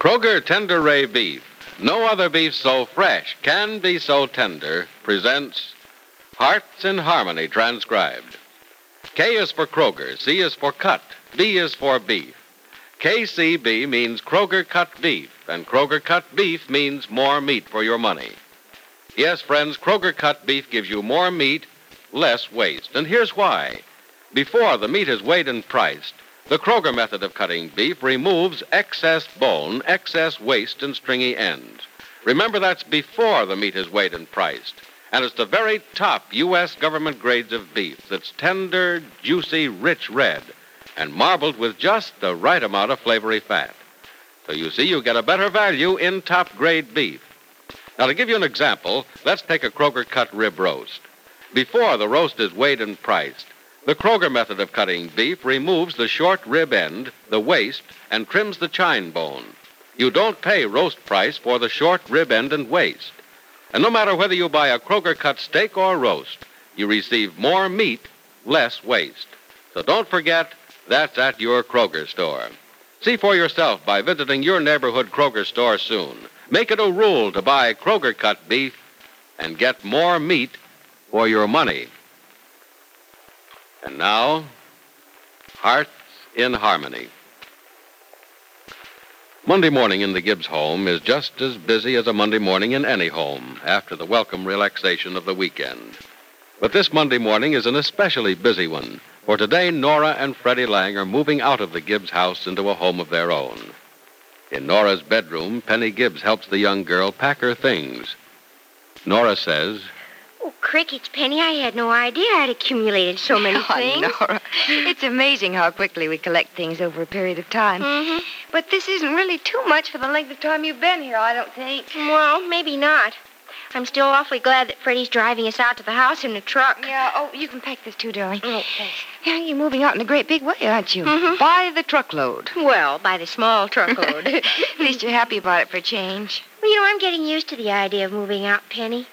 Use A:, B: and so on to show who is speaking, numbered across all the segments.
A: Kroger Tender Ray Beef, no other beef so fresh can be so tender, presents Hearts in Harmony transcribed. K is for Kroger, C is for cut, B is for beef. KCB means Kroger cut beef, and Kroger cut beef means more meat for your money. Yes, friends, Kroger cut beef gives you more meat, less waste, and here's why. Before the meat is weighed and priced, the Kroger method of cutting beef removes excess bone, excess waste, and stringy ends. Remember, that's before the meat is weighed and priced. And it's the very top U.S. government grades of beef that's tender, juicy, rich red, and marbled with just the right amount of flavory fat. So you see, you get a better value in top grade beef. Now, to give you an example, let's take a Kroger cut rib roast. Before the roast is weighed and priced, the Kroger method of cutting beef removes the short rib end, the waist, and trims the chine bone. You don't pay roast price for the short rib end and waist. And no matter whether you buy a Kroger cut steak or roast, you receive more meat, less waste. So don't forget, that's at your Kroger store. See for yourself by visiting your neighborhood Kroger store soon. Make it a rule to buy Kroger cut beef and get more meat for your money. And now, Hearts in Harmony. Monday morning in the Gibbs home is just as busy as a Monday morning in any home after the welcome relaxation of the weekend. But this Monday morning is an especially busy one, for today Nora and Freddie Lang are moving out of the Gibbs house into a home of their own. In Nora's bedroom, Penny Gibbs helps the young girl pack her things. Nora says,
B: Oh, crickets, Penny, I had no idea I'd accumulated so many things.
C: Oh, Nora, it's amazing how quickly we collect things over a period of time.
B: Mhm.
C: But this isn't really too much for the length of time you've been here, I don't think.
B: Well, maybe not. I'm still awfully glad that Freddie's driving us out to the house in a truck.
C: Yeah, oh, you can pack this too, darling.
B: Oh, thanks. Mm-hmm.
C: Yeah, you're moving out in a great big way, aren't you? By the truckload.
B: Well, by the small truckload.
C: At least you're happy about it for a change.
B: well, you know, I'm getting used to the idea of moving out, Penny.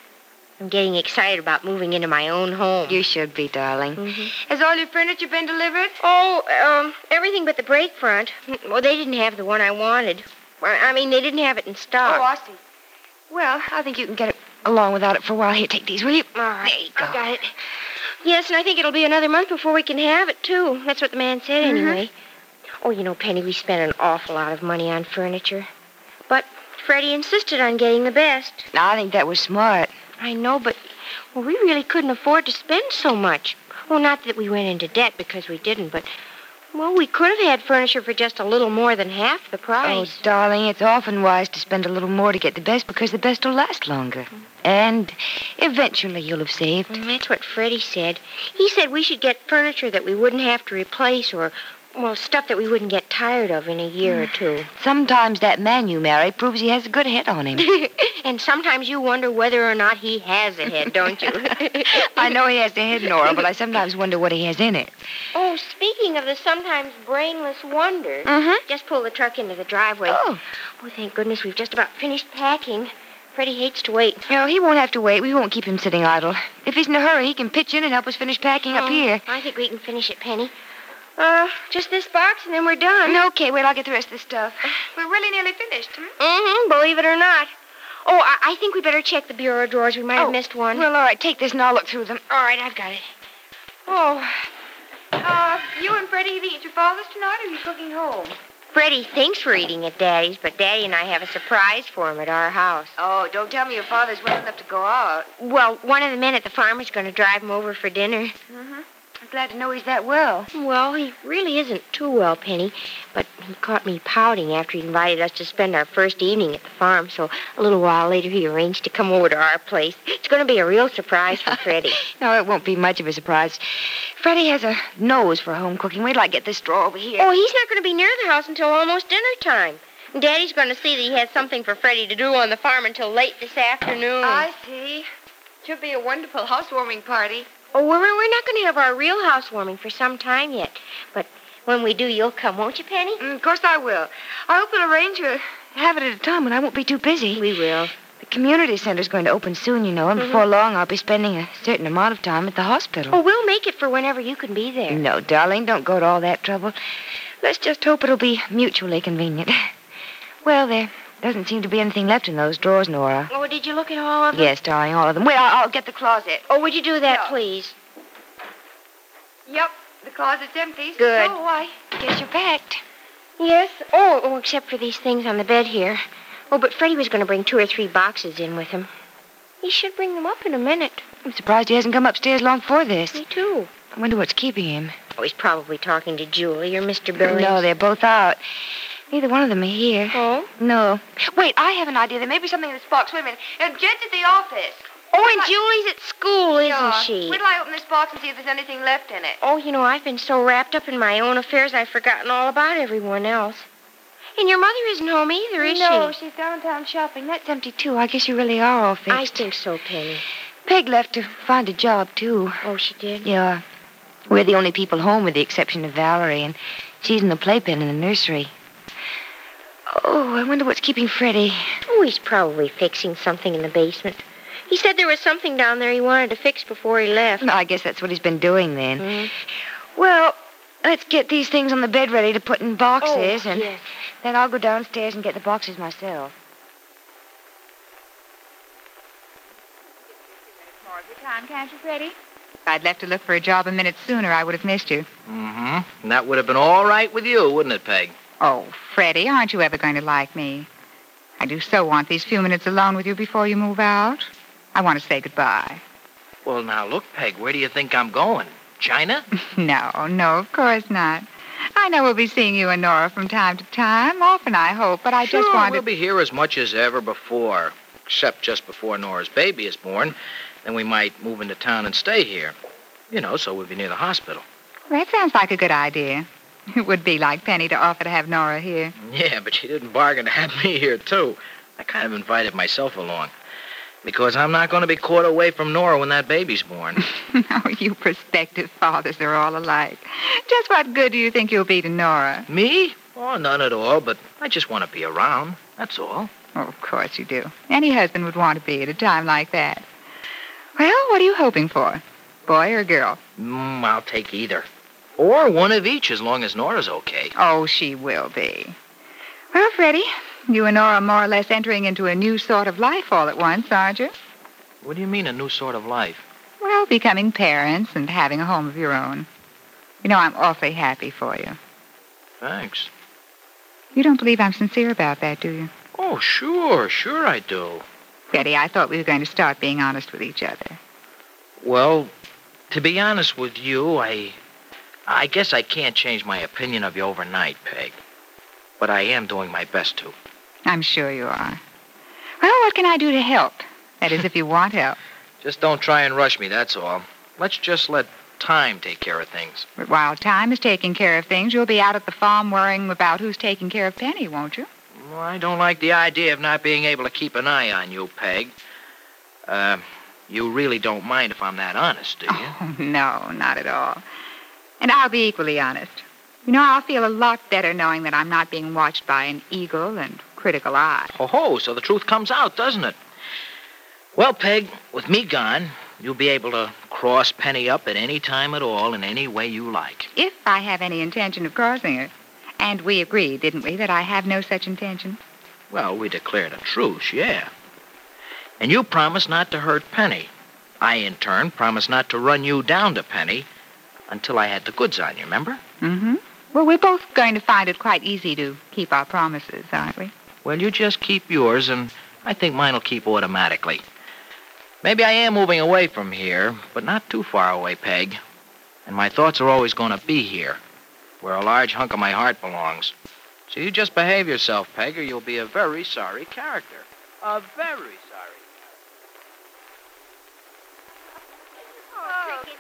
B: I'm getting excited about moving into my own home.
C: You should be, darling.
B: Mhm.
C: Has all your furniture been delivered?
B: Oh, um, everything but the brake front. Well, they didn't have the one I wanted. I I mean, they didn't have it in stock.
C: Oh, I see. Well, I think you can get it along without it for a while. Here, take these, will you? All right. There you go.
B: I got it. Yes, and I think it'll be another month before we can have it, too. That's what the man said,
C: Mm-hmm.
B: anyway. Oh, you know, Penny, we spent an awful lot of money on furniture. But Freddie insisted on getting the best.
C: Now, I think that was smart.
B: I know, but well, we really couldn't afford to spend so much. Well, not that we went into debt because we didn't, but, well, we could have had furniture for just a little more than half the
C: Oh,
B: price.
C: darling, it's often wise to spend a little more to get the best because the best will last longer. And eventually you'll have saved.
B: And that's what Freddie said. He said we should get furniture that we wouldn't have to replace or, well, stuff that we wouldn't get tired of in a year or two.
C: Sometimes that man you marry proves he has a good head on him.
B: and sometimes you wonder whether or not he has a head, don't you?
C: I know he has a head, Nora, but I sometimes wonder what he has in it.
B: oh, speaking of the sometimes brainless wonder,
C: Mhm.
B: just pull the truck into the driveway.
C: Oh,
B: Oh, thank goodness we've just about finished packing. Freddie hates to wait.
C: no, he won't have to wait. We won't keep him sitting idle. If he's in a hurry, he can pitch in and help us finish packing up
B: Oh,
C: here.
B: I think we can finish it, Penny. Uh, just this box and then we're done.
C: Okay, wait, I'll get the rest of the stuff. We're really nearly finished. Hmm?
B: Mm-hmm, believe it or not. Oh, I, I think we better check the bureau of drawers. We might have
C: Oh,
B: missed one.
C: Well, all right, take this and I'll look through them.
B: all right, I've got it.
C: Oh. Uh, you and Freddie have eaten your father's tonight, or are you cooking home?
B: Freddie thinks we're eating at Daddy's, but Daddy and I have a surprise for him at our house.
C: Oh, don't tell me your father's well enough to go out.
B: Well, one of the men at the farm is going to drive him over for dinner.
C: Mm-hmm. I'm glad to know he's that well.
B: Well, he really isn't too well, Penny. But he caught me pouting after he invited us to spend our first evening at the farm, so a little while later he arranged to come over to our place. It's going to be a real surprise for Freddie.
C: No, it won't be much of a surprise. Freddie has a nose for home cooking. Wait till I get this drawer over here.
B: oh, he's not going to be near the house until almost dinner time. Daddy's going to see that he has something for Freddie to do on the farm until late this afternoon.
C: see. Should be a wonderful housewarming party.
B: Oh, we're, we're not going to have our real housewarming for some time yet. But when we do, you'll come, won't you, Penny?
C: Mm, of course I will. I hope you'll arrange to have it at a time when I won't be too busy.
B: We will. Mm-hmm.
C: The community center's going to open soon, you know, and before long I'll be spending a certain amount of time at the hospital.
B: Oh, we'll make it for whenever you can be there.
C: no, darling, don't go to all that trouble. Let's just hope it'll be mutually convenient. Well, there doesn't seem to be anything left in those drawers, Nora.
B: Oh, did you look at all of them?
C: Yes, darling, all of them. Wait, I'll, I'll get the closet.
B: Oh, would you do that,
C: Yeah.
B: please?
C: Yep, the closet's empty.
B: Good.
C: Oh, I guess you're packed.
B: Yes. Oh, oh, except for these things on the bed here. Oh, but Freddie was going to bring two or three boxes in with him. He should bring them up in a minute.
C: I'm surprised he hasn't come upstairs long for this.
B: Me too.
C: I wonder what's keeping him.
B: Oh, he's probably talking to Julie or Mr. Billings.
C: No, they're both out. Neither one of them are here.
B: Oh.
C: No. Wait, I have an idea. There may be something in this box. Wait a minute. Uh, Jed's at the office.
B: Oh, and
C: Wait till
B: Julie's at school, isn't
C: I-
B: she?
C: Wait till I open this box and see if there's anything left in it.
B: Oh, you know, I've been so wrapped up in my own affairs, I've forgotten all about everyone else. And your mother isn't home either, is
C: no,
B: she?
C: she's downtown shopping. That's empty, too. I guess you really are all
B: I
C: fixed.
B: think so, Penny.
C: Peg left to find a job, too.
B: Oh, she did?
C: Yeah. We're the only people home with the exception of Valerie, and she's in the playpen in the nursery. Oh, I wonder what's keeping Freddie.
B: Oh, he's probably fixing something in the basement. He said there was something down there he wanted to fix before he left.
C: No, I guess that's what he's been doing then.
B: Hmm.
C: Well, let's get these things on the bed ready to put in boxes, and
B: Oh, yes.
C: then I'll go downstairs and get the boxes myself.
D: Time, can't you, Freddie?
E: If I'd left to look for a job a minute sooner, I would have missed you.
F: Mm-hmm. And that would have been all right with you, wouldn't it, Peg?
E: Oh, Freddie, aren't you ever going to like me? I do so want these few minutes alone with you before you move out. I want to say goodbye.
F: Well, now look, Peg. Where do you think I'm going? China?
E: No, no, of course not. I know we'll be seeing you and Nora from time to time, often, I hope, but I just
F: sure,
E: wanted.
F: we'll be here as much as ever before, except just before Nora's baby is born. Then we might move into town and stay here. You know, so we'll be near the hospital.
E: That sounds like a good idea. It would be like Penny to offer to have Nora here.
F: Yeah, but she didn't bargain to have me here, too. I kind of invited myself along. Because I'm not going to be caught away from Nora when that baby's born.
E: no, you prospective fathers are all alike. Just what good do you think you'll be to Nora?
F: me? Oh, none at all, but I just want to be around. That's all.
E: Oh, of course you do. Any husband would want to be at a time like that. Well, what are you hoping for? Boy or girl?
F: Mm, I'll take either. Or one of each, as long as Nora's okay.
E: Oh, she will be. Well, Freddie, you and Nora are more or less entering into a new sort of life all at once, aren't you?
F: What do you mean, a new sort of life?
E: Well, becoming parents and having a home of your own. You know, I'm awfully happy for you.
F: Thanks.
E: You don't believe I'm sincere about that, do you?
F: Oh, sure, sure I do.
E: Freddie, I thought we were going to start being honest with each other.
F: Well, to be honest with you, I. I guess I can't change my opinion of you overnight, Peg. But I am doing my best to.
E: I'm sure you are. Well, what can I do to help? That is, if you want help.
F: Just don't try and rush me, that's all. Let's just let time take care of things.
E: But while time is taking care of things, you'll be out at the farm worrying about who's taking care of Penny, won't you?
F: Well, I don't like the idea of not being able to keep an eye on you, Peg. Uh, you really don't mind if I'm that honest, do you?
E: Oh, no, not at all. And I'll be equally honest. You know, I'll feel a lot better knowing that I'm not being watched by an eagle and critical eye.
F: Ho ho, so the truth comes out, doesn't it? Well, Peg, with me gone, you'll be able to cross Penny up at any time at all in any way you like.
E: If I have any intention of crossing it. And we agreed, didn't we, that I have no such intention?
F: Well, we declared a truce, yeah. And you promise not to hurt Penny. I, in turn, promise not to run you down to Penny until I had the goods on you, remember?
E: Mm-hmm. Well, we're both going to find it quite easy to keep our promises, aren't we?
F: Well, you just keep yours, and I think mine'll keep automatically. Maybe I am moving away from here, but not too far away, Peg. And my thoughts are always going to be here, where a large hunk of my heart belongs. So you just behave yourself, Peg, or you'll be a very sorry character. A very sorry.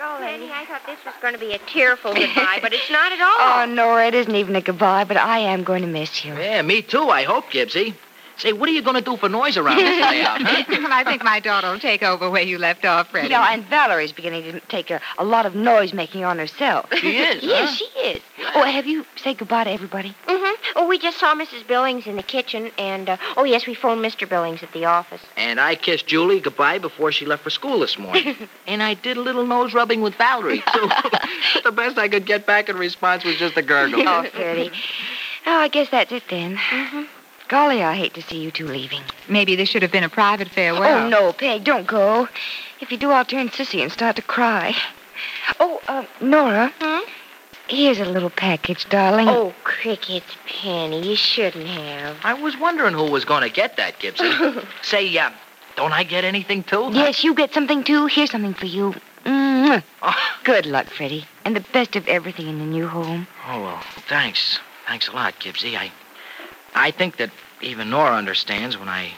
B: Oh, Penny, I thought this was going to be a tearful goodbye, but it's not at all.
C: Oh, Nora, it isn't even a goodbye, but I am going to miss you.
F: Yeah, me too, I hope, Gibbsy. Say, what are you going to do for noise around this layout, huh?
E: well, I think my daughter will take over where you left off, Freddie.
C: You know, and Valerie's beginning to take a, a lot of noise making on herself.
F: She is, huh?
C: yes, she is. Oh, have you said goodbye to everybody?
B: Mm-hmm. Oh, we just saw Mrs. Billings in the kitchen, and, uh, oh, yes, we phoned Mr. Billings at the office.
F: And I kissed Julie goodbye before she left for school this morning. and I did a little nose rubbing with Valerie, too. but the best I could get back in response was just a gurgle.
C: Oh, Freddie. Oh, I guess that's it then.
B: Mm-hmm.
C: Golly, I hate to see you two leaving.
E: Maybe this should have been a private farewell.
C: Oh, no, Peg, don't go. If you do, I'll turn sissy and start to cry. Oh, uh, Nora.
B: Hmm?
C: Here's a little package, darling.
B: Oh, crickets, Penny, you shouldn't have.
F: I was wondering who was going to get that, Gibbsy. Say, uh, don't I get anything, too?
C: Yes, you get something, too. Here's something for you. Mwah.
F: Oh,
C: Good luck, Freddie. And the best of everything in the new home.
F: oh, well, thanks. Thanks a lot, Gibbsy. I, I think that even Nora understands when I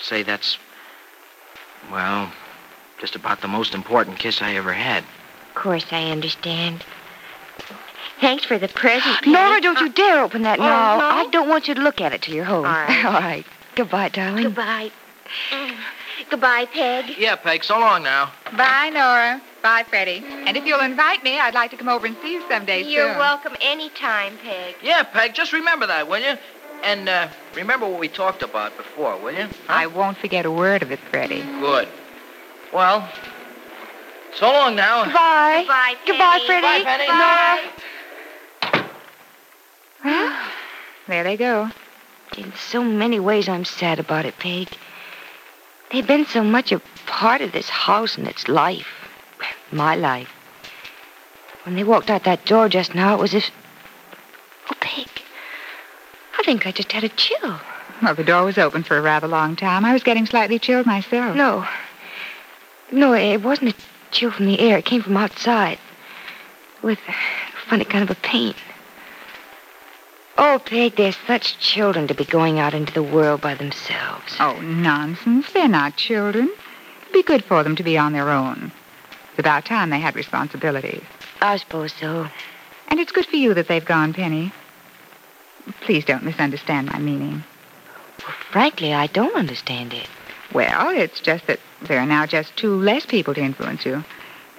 F: say that's, well, just about the most important kiss I ever had.
B: Of course I understand. Thanks for the present, Penny.
C: Nora, don't you dare open that
B: Oh,
C: now.
B: no?
C: I don't want you to look at it till you're home.
B: All right.
C: All right. Goodbye, darling.
B: Goodbye. Mm. Goodbye, Peg.
F: Yeah, Peg, so long now.
E: Bye, Nora. Bye, Freddie. And if you'll invite me, I'd like to come over and see you someday
B: You're
E: soon.
B: welcome anytime, Peg.
F: Yeah, Peg, just remember that, will you? And uh, remember what we talked about before, will you?
E: I won't forget a word of it, Freddie.
F: Good. Well, so long now.
C: Goodbye.
B: Goodbye, Penny.
C: Goodbye, Freddie.
F: Bye, Penny.
B: Bye.
E: There they go.
C: In so many ways, I'm sad about it, Peg. They've been so much a part of this house and its life. My life. When they walked out that door just now, it was as. Oh, Peg. I think I just had a chill.
E: Well, the door was open for a rather long time. I was getting slightly chilled myself.
C: No. No, it wasn't a chill from the air. It came from outside. With a funny kind of a pain. Oh, Peg, they're such children to be going out into the world by themselves.
E: Oh, nonsense. They're not children. It'd be good for them to be on their own. It's about time they had responsibilities.
C: I suppose so.
E: And it's good for you that they've gone, Penny. Please don't misunderstand my meaning.
C: Frankly, I don't understand it.
E: Well, it's just that there are now just two less people to influence you.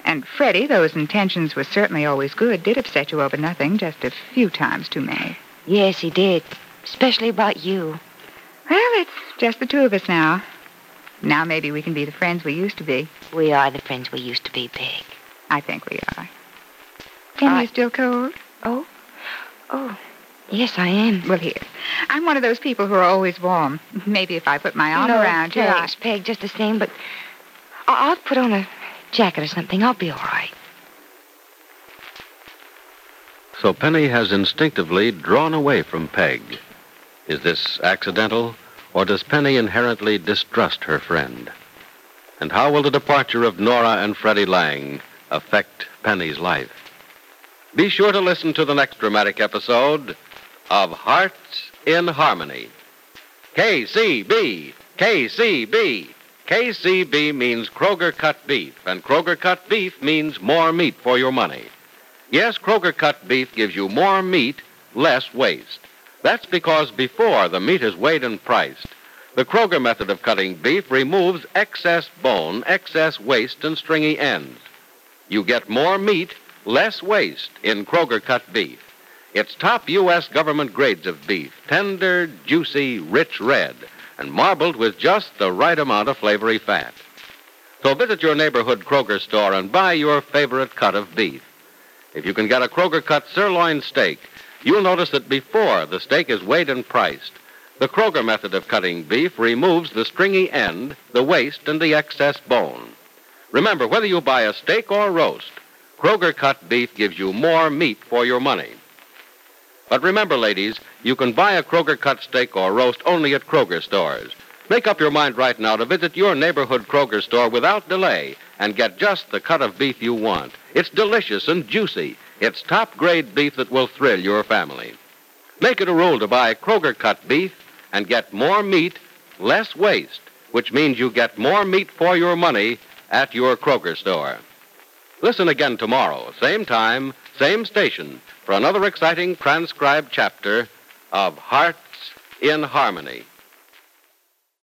E: And Freddie, though his intentions were certainly always good, did upset you over nothing just a few times too many.
C: Yes, he did. Especially about you.
E: Well, it's just the two of us now. Now maybe we can be the friends we used to be.
C: We are the friends we used to be, Peg.
E: I think we are. Penny,
C: I-
E: you still cold?
C: Oh, yes, I am.
E: Well, here. I'm one of those people who are always warm. Maybe if I put my arm
C: no,
E: around you, I...
C: thanks, Peg, just the same, but I- I'll put on a jacket or something. I'll be all right.
A: So Penny has instinctively drawn away from Peg. Is this accidental, or does Penny inherently distrust her friend? And how will the departure of Nora and Freddie Lang affect Penny's life? Be sure to listen to the next dramatic episode of Hearts in Harmony. KCB, KCB. KCB means Kroger cut beef, and Kroger cut beef means more meat for your money. Yes, Kroger cut beef gives you more meat, less waste. That's because before the meat is weighed and priced, the Kroger method of cutting beef removes excess bone, excess waste, and stringy ends. You get more meat, less waste in Kroger cut beef. It's top U.S. government grades of beef, tender, juicy, rich red, and marbled with just the right amount of flavory fat. So visit your neighborhood Kroger store and buy your favorite cut of beef. If you can get a Kroger cut sirloin steak, you'll notice that before the steak is weighed and priced, the Kroger method of cutting beef removes the stringy end, the waste, and the excess bone. Remember, whether you buy a steak or roast, Kroger cut beef gives you more meat for your money. But remember, ladies, you can buy a Kroger cut steak or roast only at Kroger stores. Make up your mind right now to visit your neighborhood Kroger store without delay and get just the cut of beef you want. It's delicious and juicy. It's top grade beef that will thrill your family. Make it a rule to buy Kroger cut beef and get more meat, less waste, which means you get more meat for your money at your Kroger store. Listen again tomorrow, same time, same station, for another exciting transcribed chapter of Hearts in Harmony.